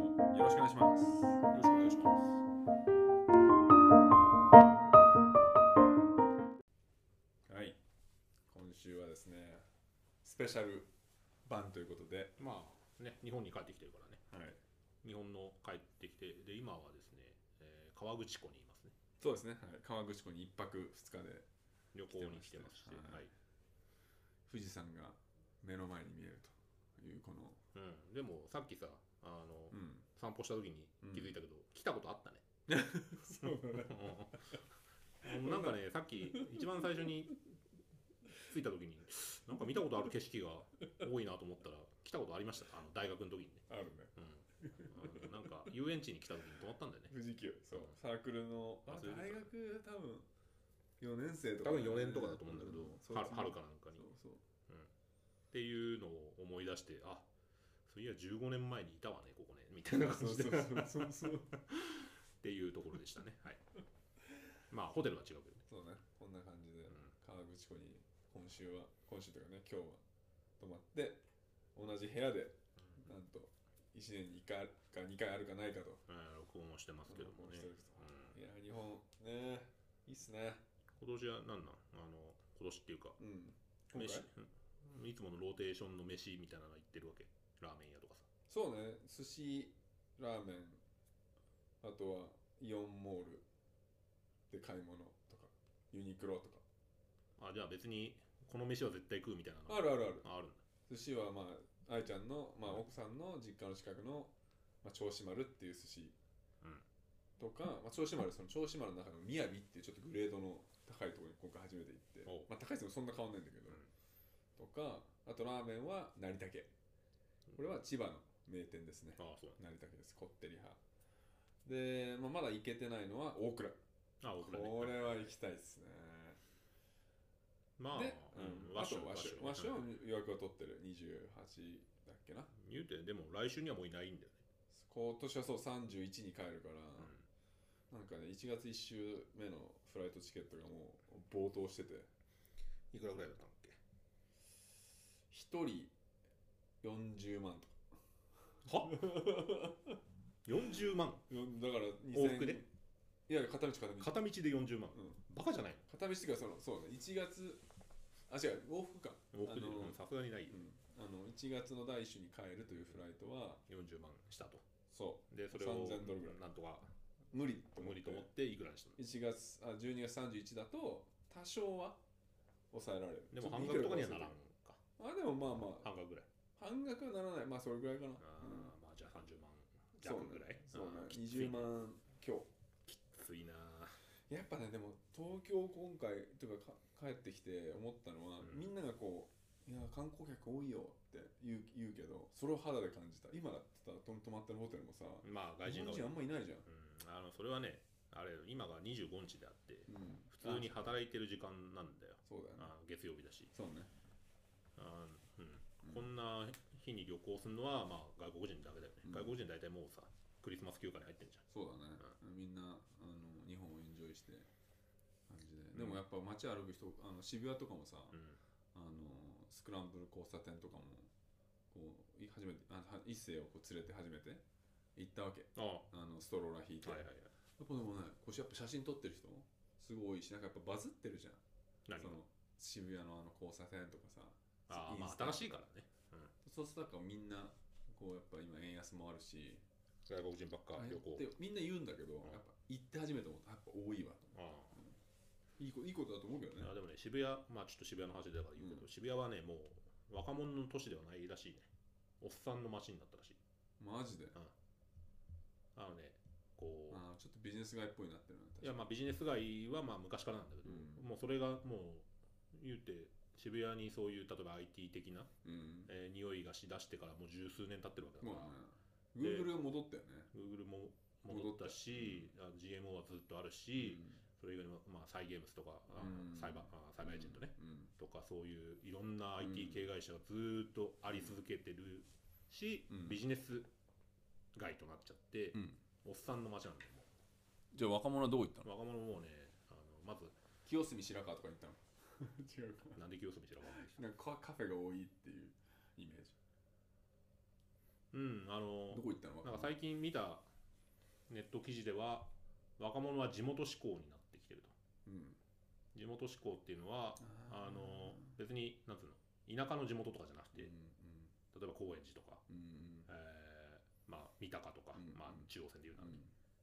よろしくおます。願いします。はい、今週はですね、スペシャル版ということで、まあね、日本に帰ってきてるからね、はい、日本の帰ってきて、で今はですね、えー川口湖にいますね、そうですね、はい、川口湖に一泊二日で旅行に来てまし来てて、ましてはい富士山が目の前に見えるというこの、うん、でもさっきさあの、うん、散歩した時に気づいたけど、来たことあ ったね。そうだね。うんなんかね、さっき一番最初に着いた時に、なんか見たことある景色が多いなと思ったら、来たことありました、あの大学の時にね。あるね。うんあのなんか遊園地に来た時に泊まったんだよね。富士急、そう、サークルの、あ忘れてた大学多分四年生とか多だ分ね、 4年とかだと思うんだけど、そう春春かなんかに。そうっそう。ていうのを思い出して、あそういや15年前にいたわね、ここね、みたいな感じで。っそうそうそう。ていうところでしたね。はい、まあ、ホテルは違うけどね。そうね、こんな感じでうん川口湖に今週は今週というかね今日は泊まって同じ部屋でなんと1年に1回か2回あるかないかとうん録音をしてますけども録ね。音してるうんいや日本ねいいっすね今年は何なんあの今年っていうかうん今飯回うんいつものローテーションの飯みたいなの行ってるわけラーメン屋とかさそうね寿司ラーメンあとはイオンモールで買い物とかユニクロとかあじゃあ別にこの飯は絶対食うみたいあなのるあるあるああるんだ寿司はまあ愛ちゃんの、まあ、奥さんの実家の近くの、まあ、銚子丸っていう寿司うんとか、まあ、銚子丸その銚子丸の中のみやびっていうちょっとグレードの高いところに今回初めて行っておう、まあ、高いですもそんな変わんないんだけど、うんとかあとラーメンは成田家これは千葉の名店ですねああそう成田家ですこってり派で、まあ、まだ行けてないのは大倉あこ僕れらねは行きたいですねまあ、で、ううんん、和和食食和食和和食食ね予はい約を取ってる28だっけな言うてでも来週にはもういないんだよね、今年はそう31に帰るから、うんなんかね1月1週目のフライトチケットがもう暴騰してていくらぐらいだったんだっけ1人40万とかは 40万うんだから往復でいや片道片道片道で40万うん、バカじゃない片道っていうかそのそうね1月あ違う往復かの往復であのうんさすがにないようんあの1月の第1週に帰るというフライトは40万したとそでそれを3000ドルぐらいなんとかう無理と思無っ理てと思っていくらにしたの1月あ12月31だと多少は抑えられるちでょもっ半額とかにはならんいくらか忘れたかあでもまあまあ半額ぐらい半額はならない、まあそれぐらいかな。あうんーまあじゃあ30万そう弱ぐらいそうねあー、きつい20万強。きついなやっぱね、でも東京今回というかか帰ってきて思ったのは、うんみんながこう、いや、観光客多いよって言う言うけど、それを肌で感じた。今だってさ、と泊まってるホテルもさ、まあ外人が多い日本あんまいないじゃん。うん、あのそれはねあれ今が25日であってうん、普通にあ。働いてる時間なんだよそうだよね。あ月曜日だしそうね。あ、うんうんこんな日に旅行するのは、まあ、外国人だけだようね、ん外国人大体もうさクリスマス休暇に入ってんじゃんそうだね。みんな、あの、日本をエンジョイして、感じで。でもやっぱ街歩く人、あの渋谷とかもさ、うんあのスクランブル交差点とかもこうい初めてあは一世をこう連れて初めて行ったわけあああはのストローラー引いいて、はいはやいっぱでもねこうやっぱ写真撮ってる人すごい多いしなんかやっぱバズってるじゃん何そがの渋谷のあの交差点とかさああインまスあタ新しいからねそうするとなんかみんなこうやっぱ今円安もあるし外国人ばっかあれ旅行ってみんな言うんだけど、んやっぱ行って初めて思ったやっぱ多いわああいいこいいことだと思うけどねあでもね渋谷まあちょっと渋谷の話だから言うけど、うん渋谷はねもう若者の都市ではないらしいねおっさんの街になったらしいマジであのねこうあーちょっとビジネス街っぽいなってるないやまあビジネス街はまあ昔からなんだけど、うんもうそれがもう言うて渋谷にそういう例えば IT 的な、うんえー匂いがしだしてからもう十数年経ってるわけだまから、あね Google が戻ったよね Google も戻ったし、あ GMO はずっとあるし、それ以外にも、まあ、サイ・ゲームスとか、あうんサイバーあサイバーエージェントね、うんとかそういういろんな IT 系会社がずっとあり続けてるし、うんビジネス街となっちゃって、うんおっさんの街なんだよもじゃあ若者はどういったう若者もねあのまず清澄白河とか行ったの 違うかなんで清澄白河 なんですなんかカカフェが多いっていうイメージうん、あのどこ行ったのなんか最近見たネット記事では若者は地元志向になってきてるとうん地元志向っていうのはあの別になんつうの田舎の地元とかじゃなくて、うん例えば高円寺とか、うんうんえーまあ、三鷹とか、うんまあ、中央線でいうな、うっん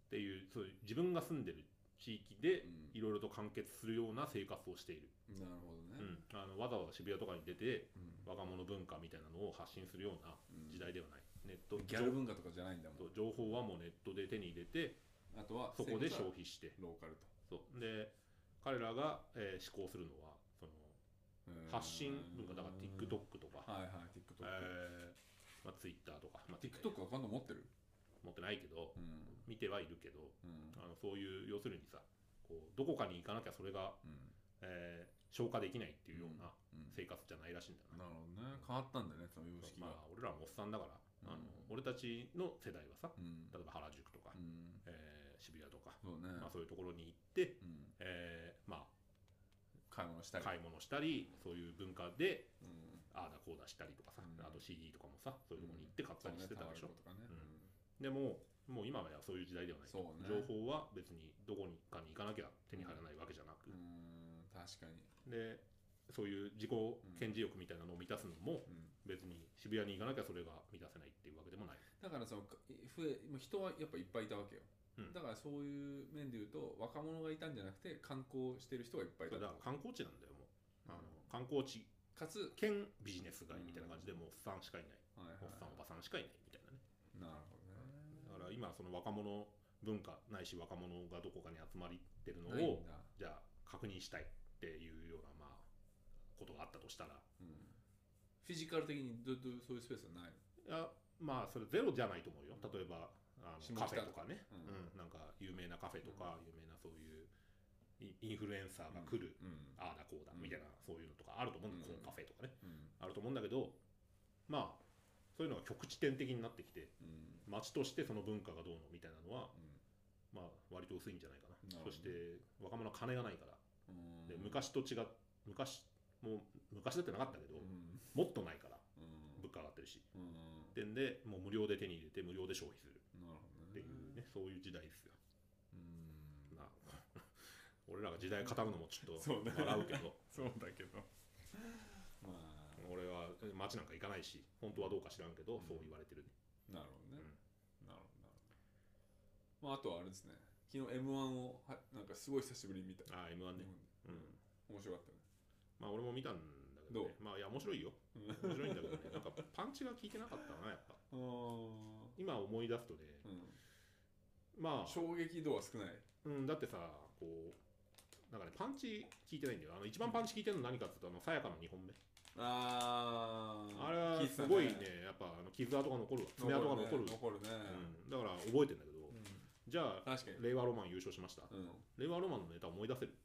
ていうそういう自分が住んでる地域でうんいろいろと完結するような生活をしている、なるほどうねんあのわざわざ渋谷とかに出てうん若者文化みたいなのを発信するようなうん時代ではない、ネットギャル文化とかじゃないんだもと情報はもうネットで手に入れてんあとはそこで生活消は費してローカルとそうで彼らが、えー、思考するのはそのうん発信文化だから TikTok とか、はいはい TikTok、えーまあ、Twitter とか、まあ、 TikTok アカウント持ってる持ってないけどうん見てはいるけどうんあのそういう要するにさこうどこかに行かなきゃそれが、うんえー消化できないっていうようなうん生活じゃないらしいんだなよなるほどね変わったんだよねその様式がまあ俺らもおっさんだから、あのうん俺たちの世代はさうん例えば原宿とか、うんえー渋谷とか、そうねまあ、そういうところに行って、うんえーま買い物したあ、り買い物したりそういう文化でうんああだこうだしたりとかさ、うんあと CD とかもさそういうところに行って買ったりしてたでしょ、そうねタワレコとかねうんでももう今はそういう時代ではない、そうね情報は別にどこにかに行かなきゃ手に入らないわけじゃなくう、んうん確かにでそういう自己顕示欲みたいなのを満たすのもうん別に渋谷に行かなきゃそれが満たせないっていうわけでもない、だからそのか増えもう人はやっぱいっぱいいたわけよ、うんだからそういう面で言うと若者がいたんじゃなくて観光してる人がいっぱいいそたれだから観光地なんだよもう、あの観光地かつ、兼ビジネス街みたいな感じでもうおっさんしかいない、はいはいおっさんおばさんしかいないみたいなねなるほどねだから今その若者文化ないし若者がどこかに集まりってるなのいんをだ、じゃあ確認したいっていうようなまあことがあったとしたらうん、フィジカル的にどどそういうスペースはないいやまあそれゼロじゃないと思うよ例えばあ下の北カフェとかね、ううんんなんか有名なカフェとか、有名なそういうイインフルエンサーが来る、うんああだこうだうんみたいな、そういうのとかあると思うんだ、うんコンカフェとかねうんあると思うんだけどまあそういうのが局地点的になってきてうん町としてその文化がどうのみたいなのは、うまあ、割と薄いんじゃないかなるほなどそして若者は金がないからんで昔と違っ昔もう昔だってなかったけど、うんもっとないからうん物価上がってるしうんってんでもう無料で手に入れて無料で消費するなるほどねっていうね、そういう時代ですよ。うんまあ、 俺らが時代語るのもちょっそうねと笑うけど、そうだけどまあ俺は街なんか行かないし、本当はどうか知らんけど、そう言われてるね。なるほどね、なるほどなるほどまああとはあれですね昨日 m 1をはなんかすごい久しぶりに見た、ああ、M1 ね。うん面白かったねまあ、俺も見たんだけど、ね、まあ、いや、面白いよ。面白いんだけどね、なんかパンチが効いてなかったな、やっぱ。あー今思い出すとね、うんまあ、衝撃度は少ないうん、だってさ、こう、なんかね、パンチ効いてないんだよ。あの、一番パンチ効いてるの何かって言うと、あの、さやかの2本目。ああれはすごいね、やっぱ、あの傷跡が残るわ。爪跡が残る。残るね、うん、だから覚えてんだけど、うんじゃあ、確かに、令和ロマン優勝しました。うん、令和ロマンのネタ思い出せる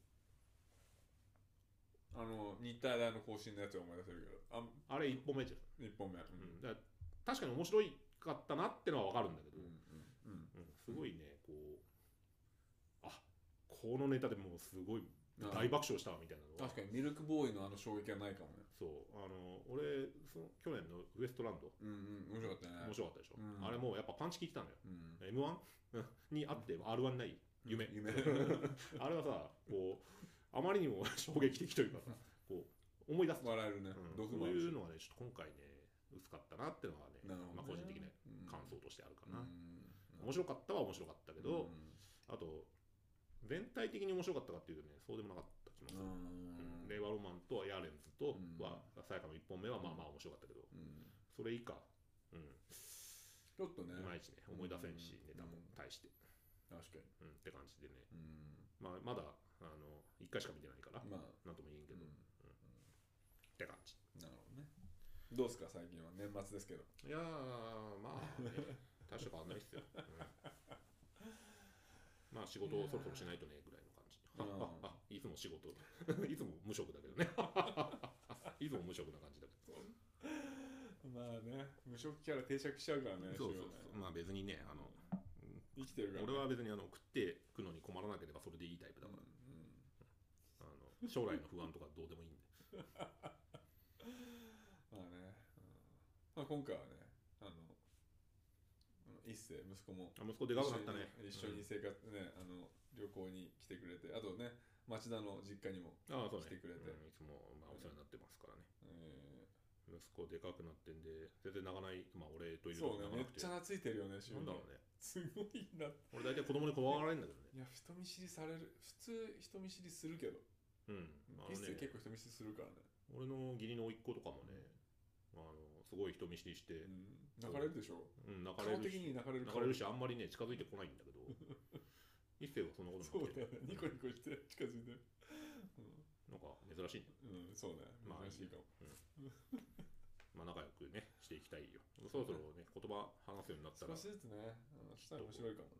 あの日体大の更新のやつは思い出せるけどああれ一本目じ一本目、うんゃん。うん、だから確かに面白かったなってのはわかるんだけど、うんうんうんうんすごいね、こう、あこのネタでもうすごいな大爆笑したわみたいなのは確かにミルクボーイのあの衝撃はないかもねそう、あの、俺、その去年のウエストランド、うんうん面白かったね面白かったでしうょ。んあれもうやっぱパンチ効いてたのよ。うん、 M1 にあって、R1 ない夢。夢 あれはさ、こう、あまりにも 衝撃的というかさ、こう、思い出すじゃん笑えるね、うん、毒そもうあるしいうのはね、ちょっと今回ね、薄かったなってのはね、なるほどねまあ、個人的なうん感想としてあるかな。うん面白かったは面白かったけど、うあと、全体的に面白かったかっていうとね、そうでもなかった気もすんる。うん令和ロマンとヤーレンズとはう、さやかの1本目はまあまあ面白かったけど、うんそれ以下、うん、ちょっとねいまいちね、思い出せんし、うんネタも大して、確かにうん、って感じでね、うんまあ、まだ、あの、1回しか見てないから、まあなんとも言えんけうんど、って感じ。なるほどねどうすか最近は年末ですけどいやー、まあ、 ね、大した変わんないっすよ。うんまあ、仕事をそろそろしないとね、ぐらいの感じ。うんあああいつも仕事、いつも無職だけどね。いつも無職な感じだけど。 まあね無職キャラ定着しちゃうからねそうそしうそょうがない。まあ、別にね、あの、生きてるからね俺は別にあの食ってくのに困らなければそれでいいタイプうだんかうら、んあの将来の不安とかどうでもいいんで。まあね、うんまあ、今回はねあの一世息子もあ息子でかくなったね一緒に一緒に生活ね、あの旅行に来てくれてあとね町田の実家にも、うんああそうね来てくれてうんいつも、まあ、お世話になってますからねえ息子でかくなってんで全然泣かないまあ俺といーるそうね泣かめなっくてちゃ懐いてるよね周なんだろうねすごいな俺大体子供に怖がられるんだけどねいや人見知りされる普通人見知りするけどうんあの一世、ね結構人見知りするからね、俺の義理の甥っ子とかもねあのすごい人見知りして、うん、泣かれるでしょうん、泣か顔れる的しに泣かれる泣かれるしあんまりね近づいてこないんだけ ど一世はそんなことそうなくだてよねニコニコして近づいてるなんか珍しいねうん、うん、そうねまあ珍しいかも、まあ仲良くねしていきたいよそろそろね言葉話すようになったら、うん、少しずつね、うん、したら面白いかもね、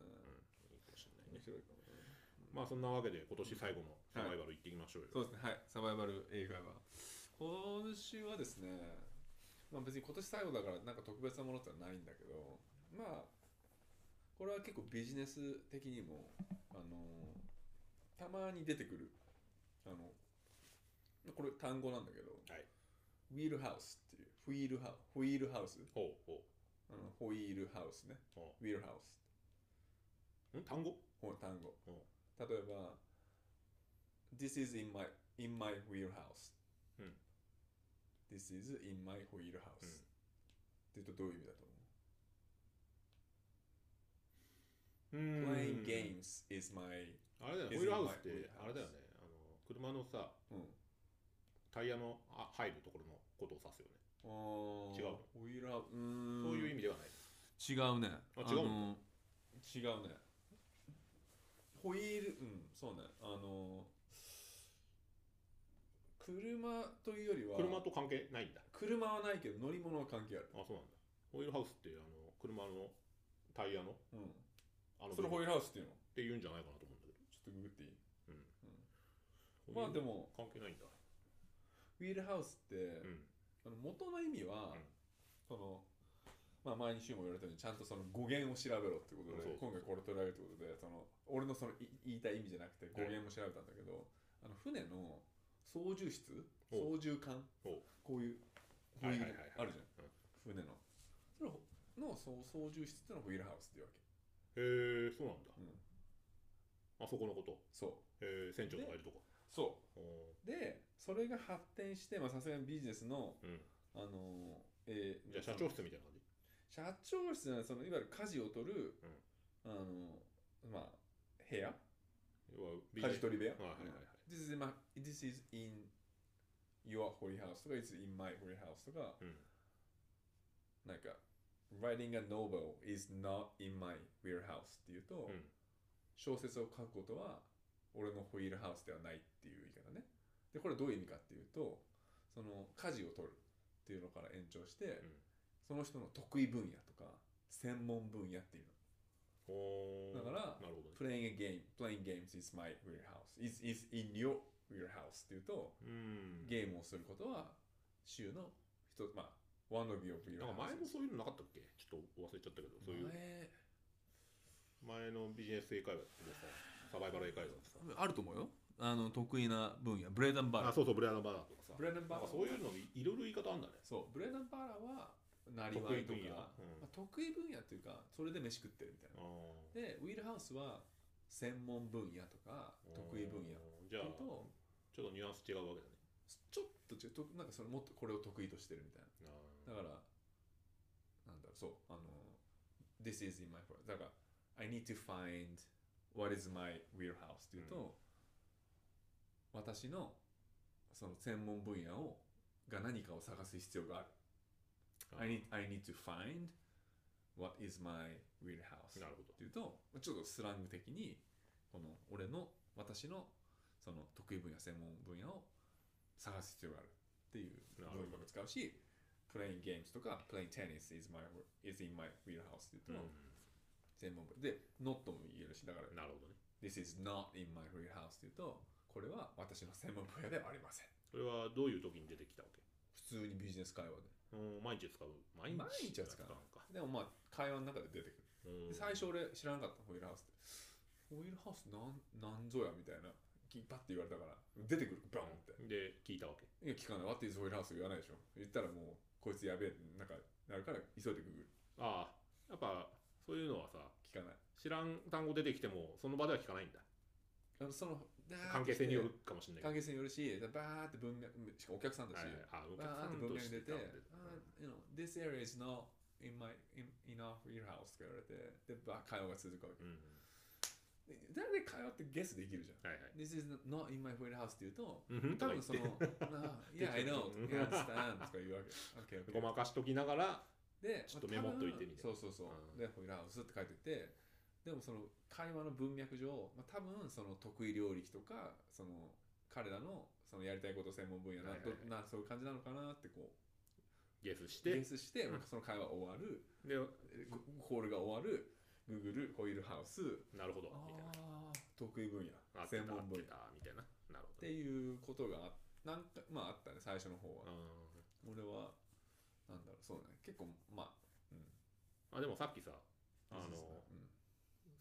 いいかもしれないね面白いかもねまあそんなわけで今年最後のサバイバル行っていきましょうよ、そうですね、はい、サバイバル映画は。今週はですね、まあ別に今年最後だからなんか特別なものってのはないんだけど、まあ、これは結構ビジネス的にも、あのたまに出てくる、あの、これ単語なんだけど、はいウィールハウスっていう、フィールハウホイールハウス、ほうほあのホイールハウスね、うほウィールハウス、う、ん、単語この単語。ほ例えば、This is in my, in my wheelhouse、うん This is in my wheelhouse、うんって言うとどういう意味だと思ううう、ん ?Playing games is my、あれだよね Is ホイールハウスっ my てあれだよねあの車のさうん、タイヤのあ入るところのことを指すよね違違う。ウィルハウス。そそういう意味味ではない違うね。あ違うの違うね。ホイール、うん、そうね。あの、車というよりは、車と関係ないんだ車はないけど乗り物は関係ある。あそうなんだホイールハウスってあの車のタイヤのうん、あのそれホイールハウスっていうのって言うんじゃないかなと思うんだけちょっとググっていいど、うん、まあでもも関係ないんだウィールハウスって、うんあの元の意味は、うんそのまあ前に週も言われたようにちゃんとその語源を調べろってことでそうそう今回これ取り上げるってことでその俺のそのい言いたい意味じゃなくて語源も調べたんだけど、あの船の操縦室お操縦艦おこういうこうはいいうはいはいはいあるじゃん、うん船のそれをのそう操縦室ってのはウィールハウスっていうわけ、へえそうなんだうん、あそこのことそうへえ船長とかいるとこそおうーでそれが発展してまあさすがにビジネスのうんあのえーじゃあ社長室みたいな感じ社長室じゃないそのいわゆる家事を取る、あのまあ部屋要はビジ家ネ事ス取り部屋、はいはいはいはいうん This is, my, this is in your holy house とか It's in my holy house とかうんなんか Writing a novel is not in my warehouse っていうと、うん小説を書くことは俺のホイールハウスではないっていう言い方ねでこれどういう意味かっていうとその家事を取るっていうのから延長して、んその人の得意分野とか専門分野っていうのおーだからなるほどね playing a game, playing games is my warehouse, is, is in your warehouse っていうと、うんゲームをすることは週の一つ、まあ、one of your なんか warehouse 前もそういうのなかったっけちょっと忘れちゃったけどそういう前のビジネス英会話でさサバイバル英会話でさあると思うよ。あの、得意な分野。ブレーダンバー。あそうそうブレアナバーナーとかさブレーダンなんバかー。そういうのいいろいろ言い方あんだねそう、ブレーダンバーラは、なり得わ意いと分野か、まあ、得意分野っていうか、それで飯食ってるみたいな。うんで、ウィールハウスは、専門分野とか、得意分野。うんじゃあと、ちょっとニュアンス違うわけだねちょっと違うと、なんかそれもっとこれを得意としてるみたいな。だかあら、なんだろう、そう、あの、This is in my p o r t だから、I need to find what is my wheelhouse っていうと、私のその専門分野をが何かを探す必要がある。ー I need, I need to find what is my wheelhouse なるほどっていうと、ちょっとスラング的に、この俺の、私のその得意分野、専門分野を探す必要があるっていうな文るほ法ども使うし、playing games とか playing tennis is, my, is in my wheelhouse っていうと、専門分野で、not も言えるし、だからうんなるほどね this is not in my wheelhouse っていうと、これは私の専門分野ではありません。それはどういう時に出てきたわけ普通にビジネス会話で。うん毎日使う毎毎日は使ううのかでもまあ、会話の中で出てくる。うんで最初俺知らなかったホイールハウスってホイールハウスなんなんぞやみたいなきバッて言われたから出てくるバンってで聞いたわけいや聞かない What is ホイールハウス言わないでしょ言ったらもうこいつやべえなんかなるから急いでググるああやっぱそういうのはさ聞かない知らん単語出てきてもその場では聞かないんだあのその関係性によるだーってかもしれきてない関け係性によるしバーって文脈しかもお客さんだどし、はいはいあおバーっ客さてん文と脈して出てたんであー you know, This area is not in my in, enough your house って言われてでバー会話が続くわけうんうんで大体会話ってゲスできるじゃんはいはい This is not in my warehouse って言うと、うんふん多と分か言っ そのて、あ Yeah, I know, うん yeah, I understand とか言うわけ。OK, ご OK. まかしときながらで、ちょっとまあメモっといてみたいな多分そうそうそうう。んで、warehouse って書いてて、でもその会話の文脈上、まあ、多分その得意領域とか、その彼らのそのやりたいこと専門分野な、はいはいはいどなそういう感じなのかなってこゲスしう、ベてースして、うんまあその会話終わる、でえこコールが終わる、Google、ホイールハウス、なるほどあみたいなー得意分合野、って専た合門っ分野。てたみたいななるってほどいうことがあなんかまああったね最初の方は、うん俺はなんだろうそうね結構まあうんあでもさっきさあのうん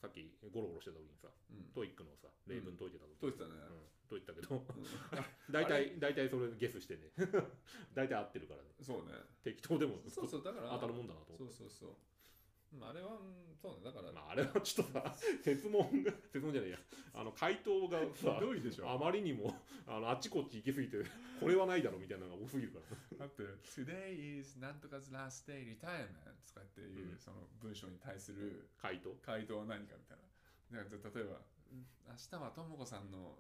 さっきゴロゴロしてた時にさうんトイックのさ例文解いてた時解いてたねうん解いてたけどう 大体大体それゲスしてね 大体合ってるからねん そうね 適当でもそうそうだから当たるもんだなとそ思っうそうそうまああれはうんそうねだから、てまああれはちょっとさ説問が説問じゃないやあの回答がさひどいでしょあまりにもあのあっちこっち行き過ぎてこれはないだろみたいなのが多すぎるからだって「Today is なんとか 's last day retirement」とかっていう、うんその文章に対する回答回答は何かみたいななんか例えばうん「明日はともこさんの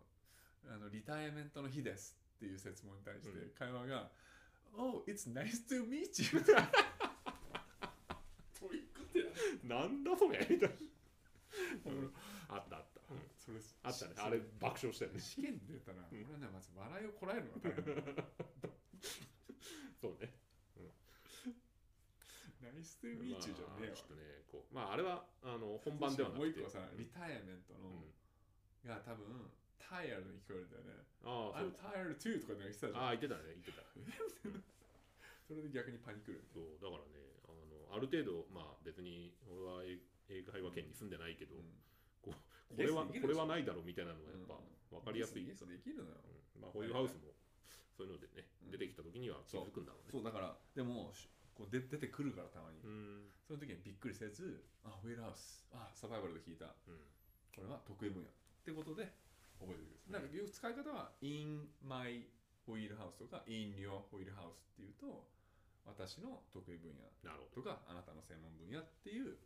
あのリタイメントの日です」っていう説問に対してう会話が「Oh, it's nice to meet you」トイックってなんだそれみたいなうんあったあったうんそれあったねあれ爆笑したよね試験で言ったらうん俺はねまず笑いをこらえるのが大変 そうね「nice to meet you」じゃねえわまあちょっとねこうまああれはあの本番ではなもうく一て個さう、んリタイメントの、うんが多分、タイヤルに聞こえるんだよね。ああそう I'm tired too とかなんか言ってたじゃん。ああ言ってたね言ってたそれで逆にパニクる。そうだからねあのある程度まあ別に俺は英英会話圏に住んでないけど、うこんれはイエスできるでしょこれはないだろうみたいなのはやっぱ分かりやすい、イエスできるのよ。うんまあホイールハウスもそういうのでね、うん出てきた時には気づくんだろうねそうだから、でも、しこうで出てくるからたまに。うんその時にびっくりせず、あ、ウェルハウス、あ、サバイバルで聞いた。うんこれは得意分野。ってことで、覚えてください。なんかよく使い方は、in my ホイールハウスとか、in your ホイールハウスっていうと、私の得意分野なるほとか、あなたの専門分野っていう、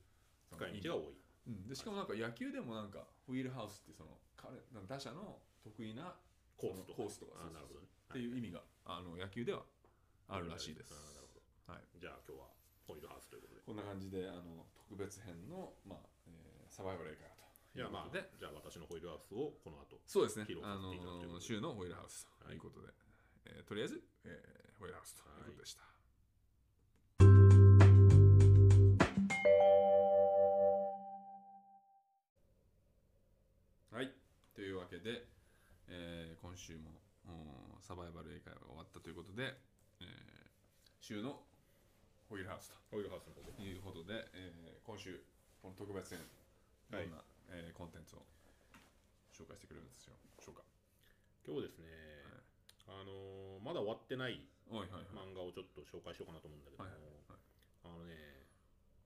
そどの使い道が多いうん、でしかもなんか野球でもなんかホイールハウスってその彼なんか打者の得意なコースとかコースとかあそうそあうなるほどねっていう意味があの野球ではあるらしいです。あなるほど、はい、じゃあ今日はホイールハウスということでこんな感じであの特別編の、まあえーサバイバル映画と。いやまあでじゃあ私のホイールハウスをこの後そうですね披露さあせていただくということでの週のホイールハウスとはいいうことで、えーとりあえず、えーホイールハウスということでした。はい、というわけで、えー今週もうんサバイバル英会話が終わったということで、えー週のホイールハウスと。ホイールハウスの方でということで、えー今週この特別編どんはな、いえーコンテンツを紹介してくれるんですよしょうか今日ですね、あのーまだ終わってないはいはいはい漫画をちょっと紹介しようかなと思うんだけども、はいはいはいあのね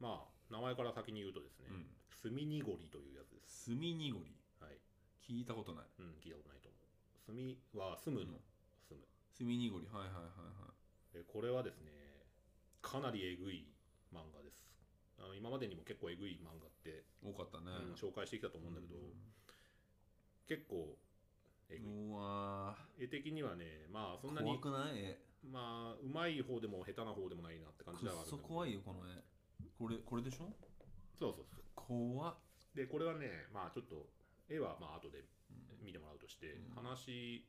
まあ名前から先に言うとですねうん「すみにごり」というやつです、炭濁りはい聞いたことないうん、聞いたことないと思う「すみ」は「住む」の「住む炭濁りはいはいはい」でこれはですねかなりえぐい漫画ですあの今までにも結構えぐい漫画って、はい多かったね、うん紹介してきたと思うんだけど、結構えぐい、うわ絵的にはねまあそんな怖にくない絵まあうまい方でも下手な方でもないなって感じくでっはあるんだそけど怖いよこの絵これこれでしょそうそうそう怖っでこれはねまあちょっと絵はまあ後でうん見てもらうとして、うん話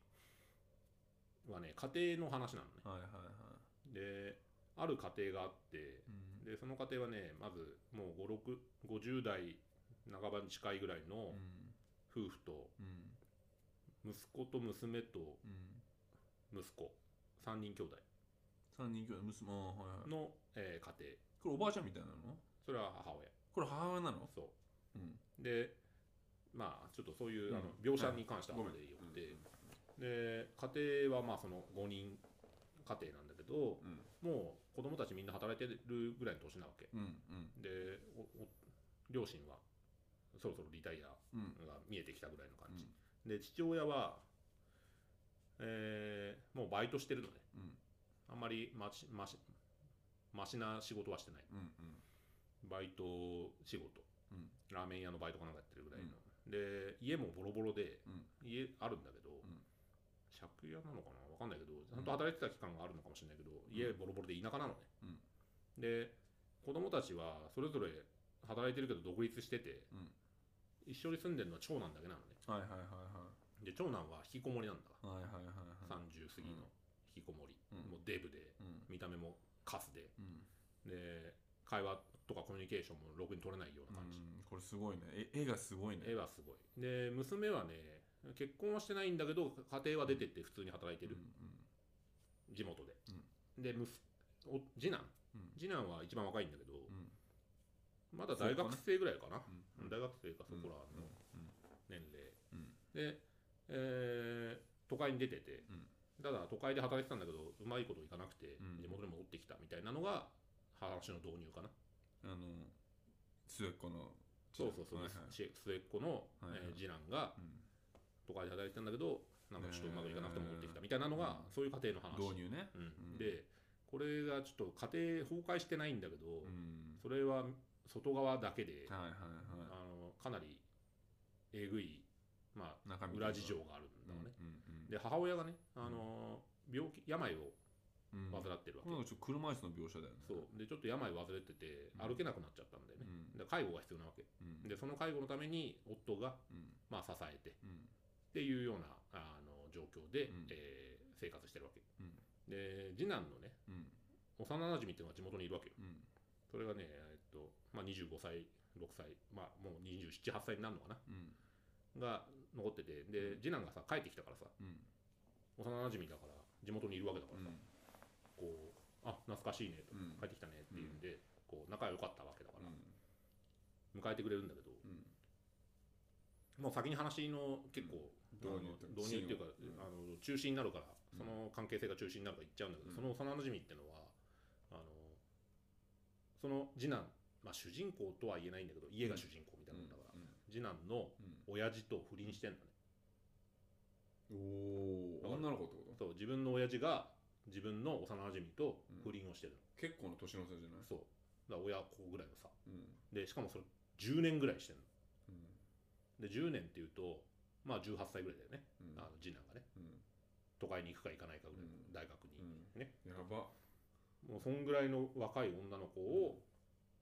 はね家庭の話なのねはいはいはいである家庭があってうんでその家庭はねまずもう5650代半ばに近いぐらいのうん夫婦とうん息子と娘とうん息子3人兄弟三人兄弟娘あーはいはいの、えー家庭これおばあちゃんみたいなのそれは母親これ母親なのそううんでまあちょっとそういう、あのうん描写に関してはご後めんでよくて、うんで家庭はまあその5人家庭なんだけどうんもう子供たちみんな働いてるぐらいの年なわけうんうんでおお両親はそろそろリタイアうんが見えてきたぐらいの感じう、んで父親は、えーもうバイトしてるのねうんあんまりましましましな仕事はしてないうんバイト仕事、うんラーメン屋のバイトかなんかやってるぐらいの、で家もボロボロで、うん家あるんだけど、ん借家なのかなわかんないけどちゃんと働いてた期間があるのかもしれないけど、家ボロボロで田舎なのね、で子供たちはそれぞれ働いてるけど独立してて、うん一緒に住んでるのは長男だけなのねはいはいはいはで長男は引きこもりなんだかいはいはいはいら、はい30過ぎの引きこもり、うんもうデブでうん見た目もカスでうんで会話とかコミュニケーションもろくに取れないような感じ、うんこれすごいねえ絵がすごいね絵はすごいで娘はね結婚はしてないんだけど家庭は出てって普通に働いてうんうる、ん地元で、で息お次男うん次男は一番若いんだけど、うんまだ大学生ぐらいかうな、ん大学生かそこらのうん年齢、うんで、えー都会に出てて、うんただ都会で働いてたんだけどうまいこといかなくて、うん地元に戻ってきたみたいなのが話の導入かな、あの末っ子のそうそうそう、はいはい末末っ子の、はいはいえー次男がうん都会で働いてたんだけどなんかちょっとうまくいかなくて戻ってきたみたいなのが、うんそういう家庭の話導入ねううんんでこれがちょっと家庭崩壊してないんだけど、うんそれは外側だけで、はいはいあはのかなりえぐい、まい中あ、身裏事情があるんだろうね、うんうんで母親がね、あのー病気病をうんうん患ってるわこれなけ、んかちょっと車椅子の描写だよねそうでちょっと病を患っててうん歩けなくなっちゃったんだうよね、んで介護が必要なわけうんでその介護のために夫が、うんまあ、支えてっうんていうようなあの状況で、うんえー生活してるわけ、うんで次男のねうん幼なじみっていうのが地元にいるわけようんそれがね、えっとまあ、25歳6歳、まあ、もう278歳になるのかなうんが残っててで次男がさ帰ってきたからさうん幼なじみだから地元にいるわけだかうらんさ、こうあ懐かしいねと、うん帰ってきたねっていうんで、こう仲良かったわけだから、う迎えてくれるんだけど、んもう先に話の結構、うんあの導導入入っってていいううかか、うんあの中心になるからうんその関係性が中心になるから言っちゃうんだけど、うんその幼なじみってのはあのその次男、まあ、主人公とは言えないんだけど家が主人公みたいなもんだから、次男のうん親父と不倫してんだねおお女の子ってことそう自分の親父が自分の幼なじみと不倫をしてる結構な年の差じゃなの、いそうだから親子ぐらいのさうんでしかもそれ10年ぐらいしてるうんので10年っていうとまあ18歳ぐらいだよね、うんあの次男がねうん都会に行くか行かないかぐらい、うん大学にうんねやばもうそんぐらいの若い女の子を、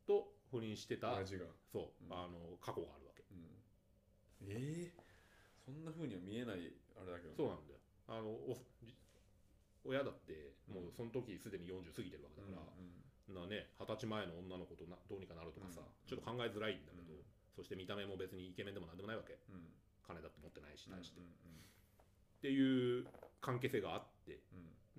と不倫してた親父がそうんう、あの過去があるわけうんええそんな風には見えないあれだけどねそうなんだよあのおじ親だってもうんうその時すでに40過ぎてるわけだから、うんうんなね二十歳前の女の子となどうにかなるとかさ、うんちょっと考えづらいんだけど、うんそして見た目も別にイケメンでもなんでもないわけうん金だって持ってないしうん大して、うっんていう関係性があって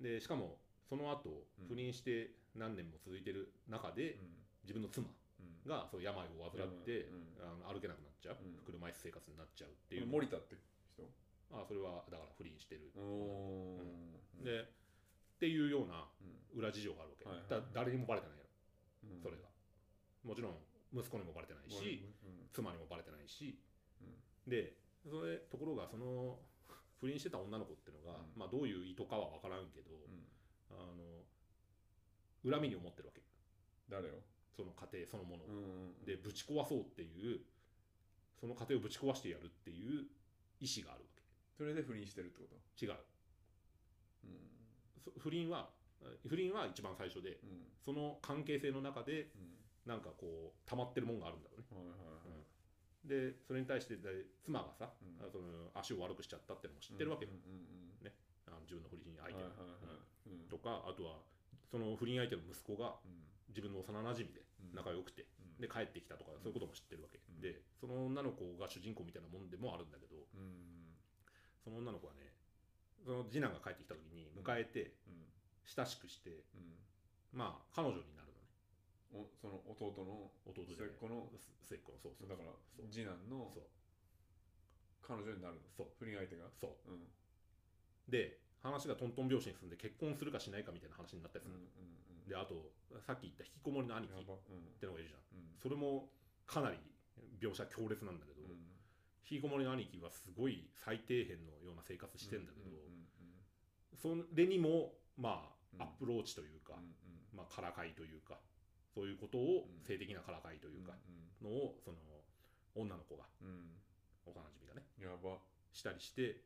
うんうんでしかもその後うん不倫して何年も続いてる中で、自分の妻うんがそう病を患っうて、んあの歩けなくなっちゃう、うん車椅子生活になっちゃうっこていれう森田って人あそれはだから不倫してる、おーうんでっていうようなうん裏事情があるわけ、はいはいはいだ誰にもバレてないようんそれが、もちろん息子にもバレてないし、うん妻にもバレてないしうんでそれところがその 不倫してた女の子っていうのが、うんまあ、どういう意図かは分からんけど、うんあの恨みに思ってるわけ誰をその家庭そのものを、うんでぶち壊そうっていうその家庭をぶち壊してやるっていう意思があるわそれで不倫してるってことけ違ううんそ不倫はえ不倫は一番最初でうんその関係性の中でうなんかこう溜まってるもんがあるんだろうねんはいはいはいでそれに対してで妻がさ、うんあその足を悪くしちゃったってのも知ってるわけよ、うんうんあの自分の不倫う相んは手いはが、いはいうんとかあとはその不倫相手の息子がうん自分の幼なじみでうん仲良くて、うんで帰ってきたとかそういうことも知ってるわけ、うんでその女の子が主人公みたいなもんでもあるんだけどうんその女の子はねその次男が帰ってきた時に迎えてうん親しくして、うんまあ彼女になるのねおその弟の弟じゃ末っない子のす末っ子のそうそうだからそう次男のそう彼女になるのそう不倫相手がそううんうんで話がトントン拍子に進んで結婚するかしないかみたいな話になったりうする、んうんであとさっき言った引きこもりの兄貴っやばうんてのがいるじゃんうんそれもかなり描写強烈なんだけど、うんひきこもりの兄貴はすごい最底辺のような生活してんだけど、うんうんそれにもまうんあアプローチというか、うんうんまあ、からかいというかそういうことを性的なからかいというか、のをその女の子がうんうん幼なじみがねやばしたりして、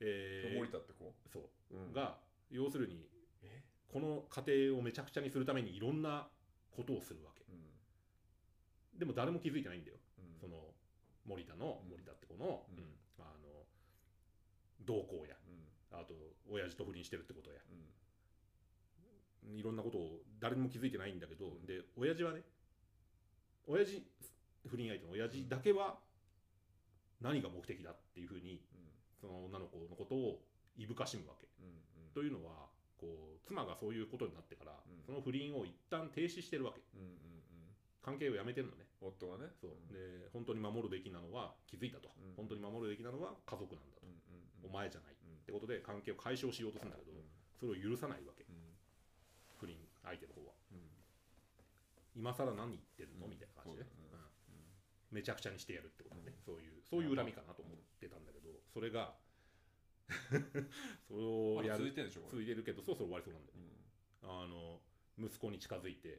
えー森田って子そうう、んが要するにえこの家庭をめちゃくちゃにするためにいろんなことをするわけうんでも誰も気づいてないんだよ、うんその森田のうん森田って子の,、うんうんあの同行やうんあと親父と不倫してるってことやうんいろんなことを誰にも気づいてないんだけど、で親父はね親父不倫相手の親父だけは何が目的だっていうふうにその女の子のことをいぶかしむわけ。うんうんうんというのはこう妻がそういうことになってから、うんその不倫を一旦停止してるわけうんうんうん関係をやめてるのね夫がねそう、んで本当に守るべきなのは気づいたと、うん本当に守るべきなのは家族なんだう、とんうんうんお前じゃないっうんてことで関係を解消しようとするんだけど、うんそれを許さないわけうん不倫相手の方はうん今更何言ってるの、うんみたいな感じでね、そうだねうんうんめちゃくちゃにしてやるってことね、そういうそういう恨みかなと思ってたんだけど、それが それをまだや続いるてるでしょこれ続いてるけどそろそろ終わりそうなんだようね、んあの息子に近づいて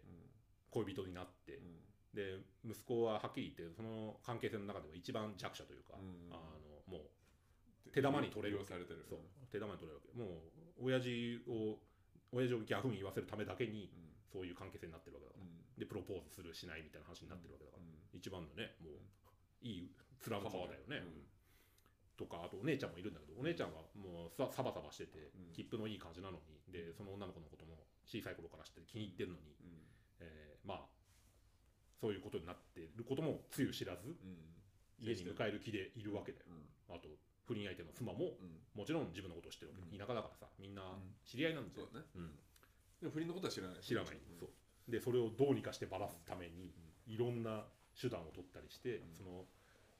うん恋人になって、うんで息子ははっきり言ってその関係性の中では一番弱者というか、うんあのもう手玉に取れる利用されてるそう手玉に取れるわけもう親父を親父をギャフに言わせるためだけにうんそういう関係性になってるわけだかうら、んでプロポーズするしないみたいな話になってるわけだから、うん一番のねもういい面の皮だよね、うんとかあとお姉ちゃんもいるんだけどお姉ちゃんはもうさサバサバしててうん切符のいい感じなのにでその女の子のことも小さい頃から知って気に入ってるのに、うんえーまあそういうことになってることもつゆ知らずうん家に迎える気でいるわけだようんあと不倫相手の妻もうんもちろん自分のことを知ってるわけ、うん田舎だからさみんなん知り合いなんだそよう、だねうんでも不倫のことは知らない知らない、うんそうでそれをどうにかしてばらすためにいろんな手段を取ったりして、うんその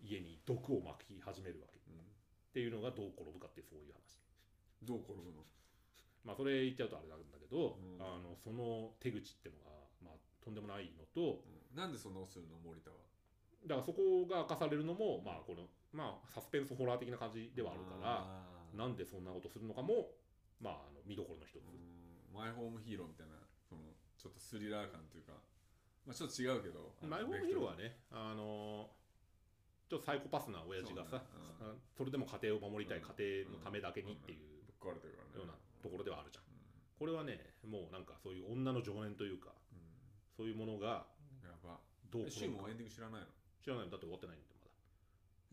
家に毒をまき始めるわけっうんていうのがどう転ぶかっていうそういう話どう転ぶのまあそれ言っちゃうとあれなんだけうど、んあのその手口ってのが、まあ、とんでもないのとうんなんでそんなことするの森田はだからそこが明かされるのも、まあこのまあ、サスペンスホラー的な感じではあるからあーなんでそんなことするのかも、まあ、あの見どころの一つ、うんマイホームヒーローみたいなそのちょっとスリラー感というかまあちょっと違うけどマイホームヒーローはねあのちょっとサイコパスな親父がさそうそ,、だねれでも家庭を守りたい、うん家庭のためだけにっていうぶっ壊れてるからねようなところではあるじゃんうこれはねもうなんかそういう女の情念というかんそういうものがうんやばどえうシー転ぶンもエかンディング知らないの知らないんだって終わってないんでまだ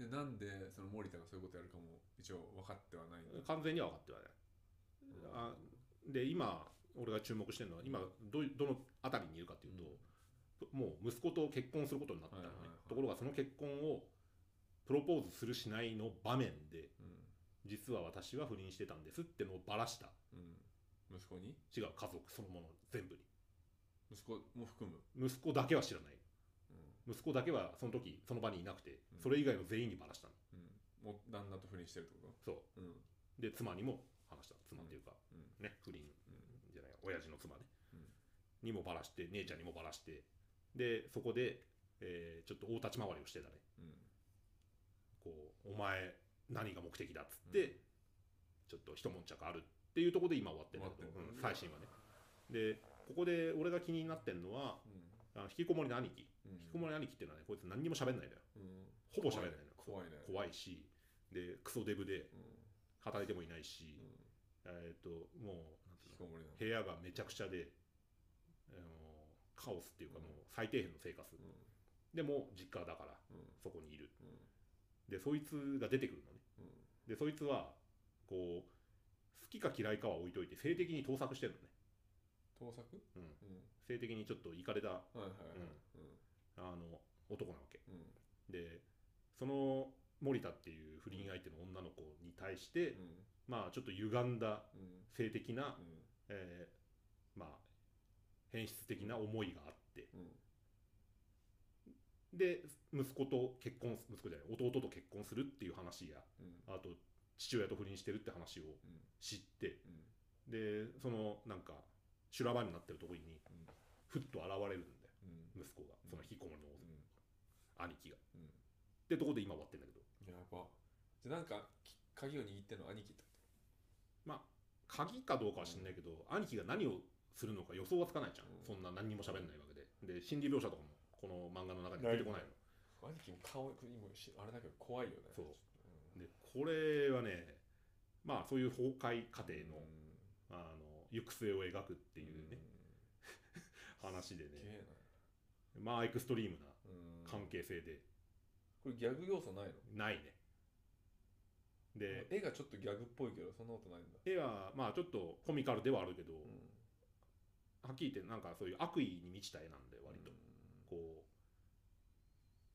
でなんでその森田がそういうことやるかも一応分かってはないんだ完全には分かってはないあで今俺が注目してるのは今どういどの辺りにいるかっていうと、もう息子と結婚することになったのはね、いはいはいところがその結婚をプロポーズするしないの場面でうん実は私は不倫してたんですってのをばらしたうん息子に違う家族そのもの全部息子も含むに息子だけは知らないうん息子だけはその時その場にいなくてうんそれ以外の全員にばらしたのうんもう旦那と不倫してるってこそとうんうで妻にも話した妻っていうか、うんね不倫うんじゃない親父の妻ね、うんにもばらして姉ちゃんにもばらしてでそこで、えーちょっと大立ち回りをしてたねうんこうお前何が目的だっつって、ちょっと一悶着あるっていうところで今終わってるんだけど終わってるうん最新はねでここで俺が気になってんのはうんあの引きこもりの兄貴うん引きこもりの兄貴っていうのはねこいつ何にも喋んないのようんほぼ喋んないのよ怖いね怖いしでクソデブうでん働いてもいないし、うんえっ、ともうなんていう引きこのもりなの部屋がめちゃくちゃで、あのカオスっていううかんもう最底辺の生活、うんでも実家だからうんそこにいるうんでそいつが出てくるのねうんでそいつはこう好きか嫌いかは置いといて性的に盗作してるのね、盗作うん、うん性的にちょっといかれたはいはいはいうんあの男なわけうんでその森田っていう不倫相手の女の子に対して、うんまあちょっと歪んだうん性的な、うんえーまあ変質的な思いがあってうんで息子と結婚息子じゃない弟と結婚するっていう話やうんあと父親と不倫してるって話をうん知ってうんでそのなんか修羅場になってるところにうんふっと現れるんだようん息子がその引きこもりのうん兄貴が。っうんてとこで今終わってんだけど、やばじゃあなんかき鍵を握ってんのは兄貴ってこまあ、鍵かどうかは知んないけど、兄貴が何をするのか予想はつかないじゃん。うんそんな何にも喋んないわけで。で、心理描写とかも、この漫画の中に出てこないの。と兄貴も顔今しあれだけど怖いよねそううんで、これはね、まあ、そういう崩壊過程の、うんあの、行く末を描くっていうね、ん話でねす、げえまあ、エクストリームななうん関係性で、これギャグ要素ないのないね。で、絵がちょっとギャグっぽいけどそんなことないんだ絵は、まあ、ちょっとコミカルではあるけど、うんはっきり言って、なんかそういう悪意に満ちた絵なんで、割と。こ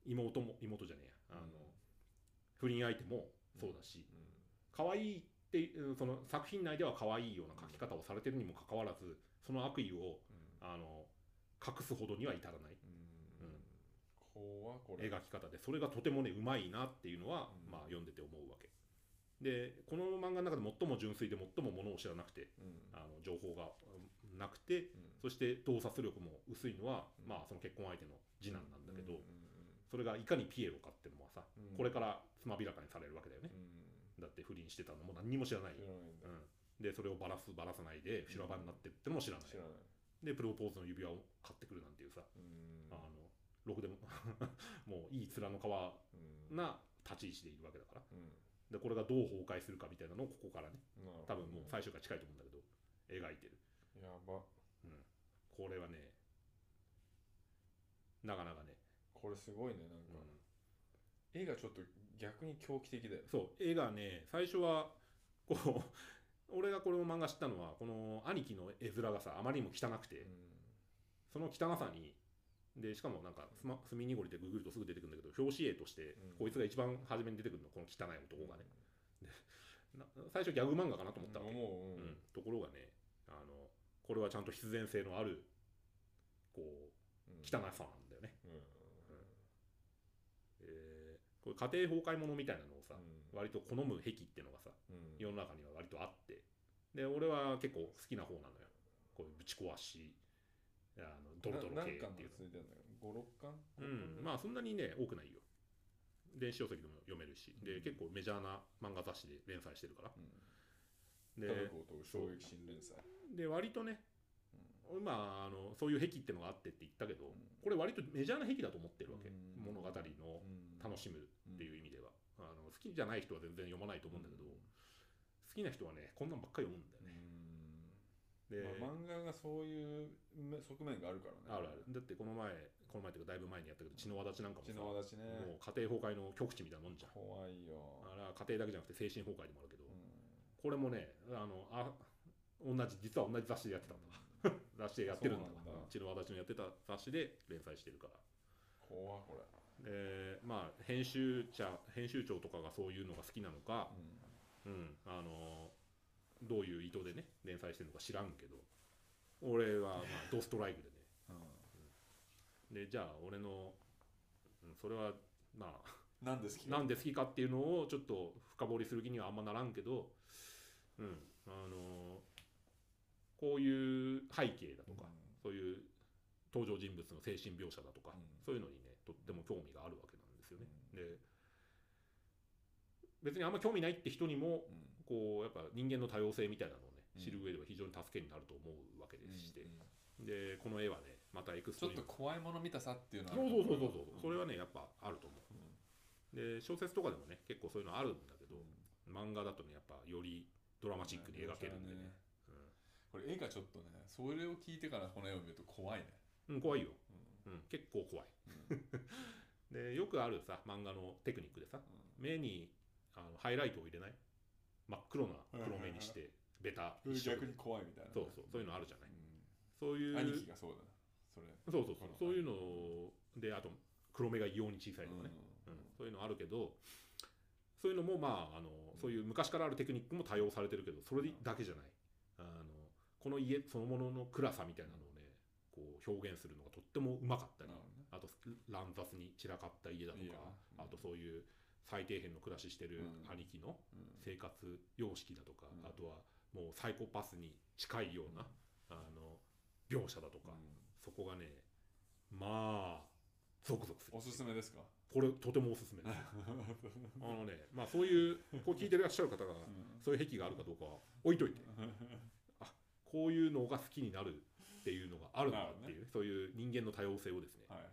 う妹も妹じゃねえやあの、うん不倫相手もそうだし、可愛いってうんその作品内では可愛いような描き方をされてるにもかかわらずその悪意をあの隠すほどには至らないうん怖これ描き方でそれがとてもねうまいなっていうのは、うんまあ読んでて思うわけでこの漫画の中で最も純粋で最もものを知らなくてうんあの情報がうんなくてうんそして洞察力も薄いのは、うんまあその結婚相手の次男なんだけど、うんそれがいかにピエロかってのはさ、うんこれからつまびらかにされるわけだよねう、んだって不倫してたのも何にも知らな知い、らないんだうん、でそれをバラすバラさないで修羅場になってってのも知らない、知らないでプロポーズの指輪を買ってくるなんていうさ、うんあのろくでも もういい面の皮うんな立ち位置でいるわけだからうんでこれがどう崩壊するかみたいなのをここからねなるほど多分もう最終回近いと思うんだけど描いてる、やばうん、これはねなかなかね、これすごいねなんうかん絵がちょっと逆に狂気的だよそう絵がね最初はこう 俺がこの漫画知ったのはこの兄貴の絵面がさあまりにも汚くて、その汚さにでしかもなんかスマ墨濁りでググるとすぐ出てくるんだけど表紙絵として、うんこいつが一番初めに出てくるのこの汚い男がね、な最初ギャグ漫画かなと思ったわけ、思うううんんところがねあのこれはちゃんと必然性のあるこううん汚さなんだよね、うんえーこれ家庭崩壊ものみたいなのをうさ、割と好む癖ってのがさんうん世の中には割とあってで俺は結構好きな方なのよこういうぶち壊しあのドロドロ系なって何巻までいう続いてんだよ五六巻のうんまあそんなにね多くないよ電子書籍でも読めるしうでん結構メジャーな漫画雑誌で連載してるから家で族を問う衝撃新連載で割とねまああのそういう癖ってのがあってって言ったけどんこれ割とメジャーな癖だと思ってるわけうん物語の楽ししむっていうう意味ではあの好きじゃない人は全然読まないと思うんだけど好きな人はねこんなんばっかり読むんだよねんでまあ漫画がそういうめ側面があるからねあるある。だってこの前、この前っていうかだいぶ前にやったけど、血の輪立ちなんかうもちさ、の私ねもう家庭崩壊の極致みたいなもんじゃん。怖いよあら家庭だけじゃなくて精神崩壊でもあるけど、うんこれもね、あの、あ、同じ、実は同じ雑誌でやってたんだわ。雑誌でやってるんだわそうなんだ血の輪立ちのやってた雑誌で連載してるから。怖いこれで、まあ、編集者、編集長とかがそういうのが好きなのか、うん、あの、どういう意図でね、連載してるのか知らんけど、俺は、まあ、ドストライクでね、でじゃあ俺の、うん、それはま あなんですけどなんで好きかっていうのをちょっと深掘りする気にはあんまならんけど、うんあのこういう背景だとか、そういう登場人物の精神描写だとか、うんそういうのにねとっても興味があるわけなんですよね。で別にあんま興味ないって人にもこうやっぱ人間の多様性みたいなのをねうん知る上では非常に助けになると思うわけでして、うんでこの絵はねまたエクスちトょっリームと怖いもの見たさっていうのはそうそうそうそうそう、それははねやっぱあると思うで小説とかでもね結構そういうのあるんだけど漫画だとねやっぱよりドラマチックに描けるんでねこれ絵がちょっとねそれを聞いてからこの絵を見ると怖いねうん、うん怖いよ、うん、結構怖いでよくあるさ漫画のテクニックでさ目にあのハイライトを入れない真っ黒な黒目にしてベタうん一色逆でに怖いみたいなそうそうそういうのあるじゃないうんそういう兄貴がそうだなそれそうそうそこうのそういうのであと黒目が異様に小さいとかね、ううんん、そういうのあるけどそういうのもまああのそういう昔からあるテクニックも多用されてるけどそれだけじゃないあのこの家そのものの暗さみたいなのをねこう表現するのがとってもうまかったりなるほどねあと乱雑に散らかった家だとかいいようんあとそういう最底辺の暮らししてるうん兄貴のうん生活様式だとかうんあとはもうサイコパスに近いようなあの描写だとかうんそこがねまあゾクゾクするおすすめですかこれとてもおすすめですあのねまあそういうこう聞いてらっしゃる方がそういう癖があるかどうかは置いといてあこういうのが好きになるっていうのがあるんだっていう、そういう人間の多様性をですね、はいはい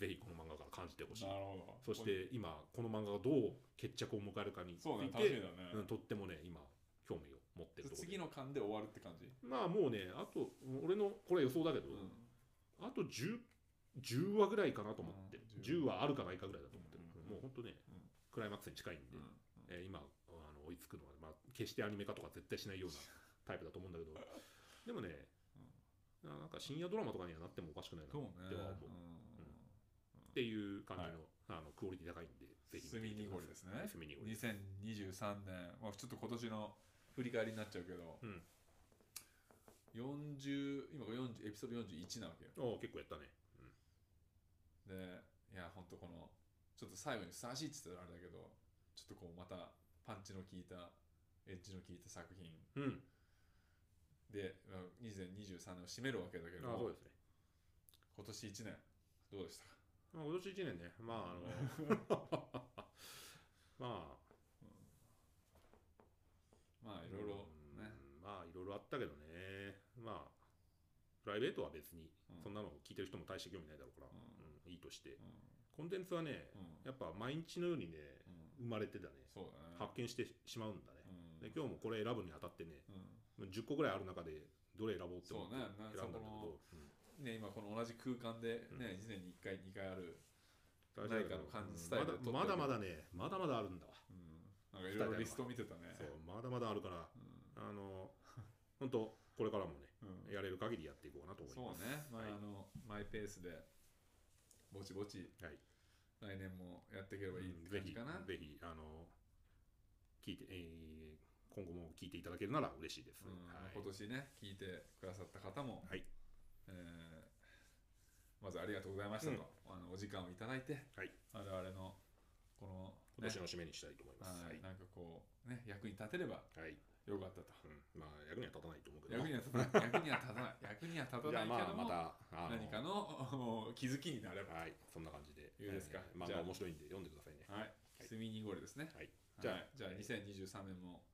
ぜひこの漫画から感じてほしいなるほどそして今この漫画がどう決着を迎えるかについそうだね楽しみてだね、うん、とってもね今興味を持ってるところで次の巻で終わるって感じ、まあもうねあと俺のこれ予想だけど、あと 10, 10話ぐらいかなと思ってる、うん10話あるかないかぐらいだと思ってる、うんもうほんとね、うんクライマックスに近いんで、えー今あの追いつくのは、まあ、決してアニメ化とか絶対し ないようなタイプだと思うんだけどでもね、ななんか深夜ドラマとかにはなってもおかしくないなそうねっでは思うていう感じの,、あのクオリティ高いんでぜひ隅にごりですねはい隅にごりです2023年、まあ、ちょっと今年の振り返りになっちゃうけど、うん40今これ40エピソード41なわけよおう結構やったね、うんでいやほんとこのちょっと最後にふさわしいって言ったらあれだけどちょっとこうまたパンチの効いたエッジの効いた作品うん、でまあ2023年を締めるわけだけどあそうですね。今年1年どうでしたかまあ、今年1年ね、まあ、あの、まあ、まあ いろいろね、うんまあ、いろいろあったけどね、まあ、プライベートは別に、うんそんなの聞いてる人も大して興味ないだろうから、うんうんいいとしてう。んコンテンツはね、うんやっぱ毎日のようにね、うん生まれてたね、そうだね発見してしまうんだね。うんで、今日もこれ選ぶにあたってね、うん10個ぐらいある中で、どれ選ぼうって思ってそうね選んだんだけど、ね、今この同じ空間で、ね1年に1回2回ある、うんなんかの感じスタイルで撮ってるまだまだまだね、まだまだあるんだわ。なんかいろいろリスト見てたねそう、まだまだあるから、うん あの、本当これからもね、うんやれる限りやっていこうかなと思いそうます。ね、まあはいあのマイペースでぼちぼちはい。来年もやっていければいいってぜ感ひ、じかな、ぜひ、あの、聞いて、えー今後も聞いていただけるなら嬉しいです。うんはい今年ね聞いてくださった方も、はいえーまずありがとうございましたと、あのお時間をいただいて、はい我々のこの、今ね年の締めにしたいと思います。ははいい。なんかこうね役に立てればはい。よかったとうんまあ、役には立たないと思うけど。役には立たない役には立たない 役には立たじゃなあいまけあ、どまも、た、あ何かの 気づきになればはい。そんな感じで。いいですかえー漫じゃ画あ面白いんで読んでくださいね。はいはい墨にごりですねはいじじゃゃああ、じゃあ2023年も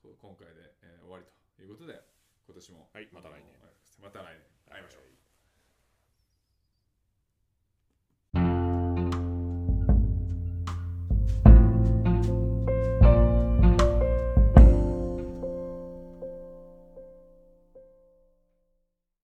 こ今回で、えー終わりということで今年もはいまた来年また来年会いましょうはい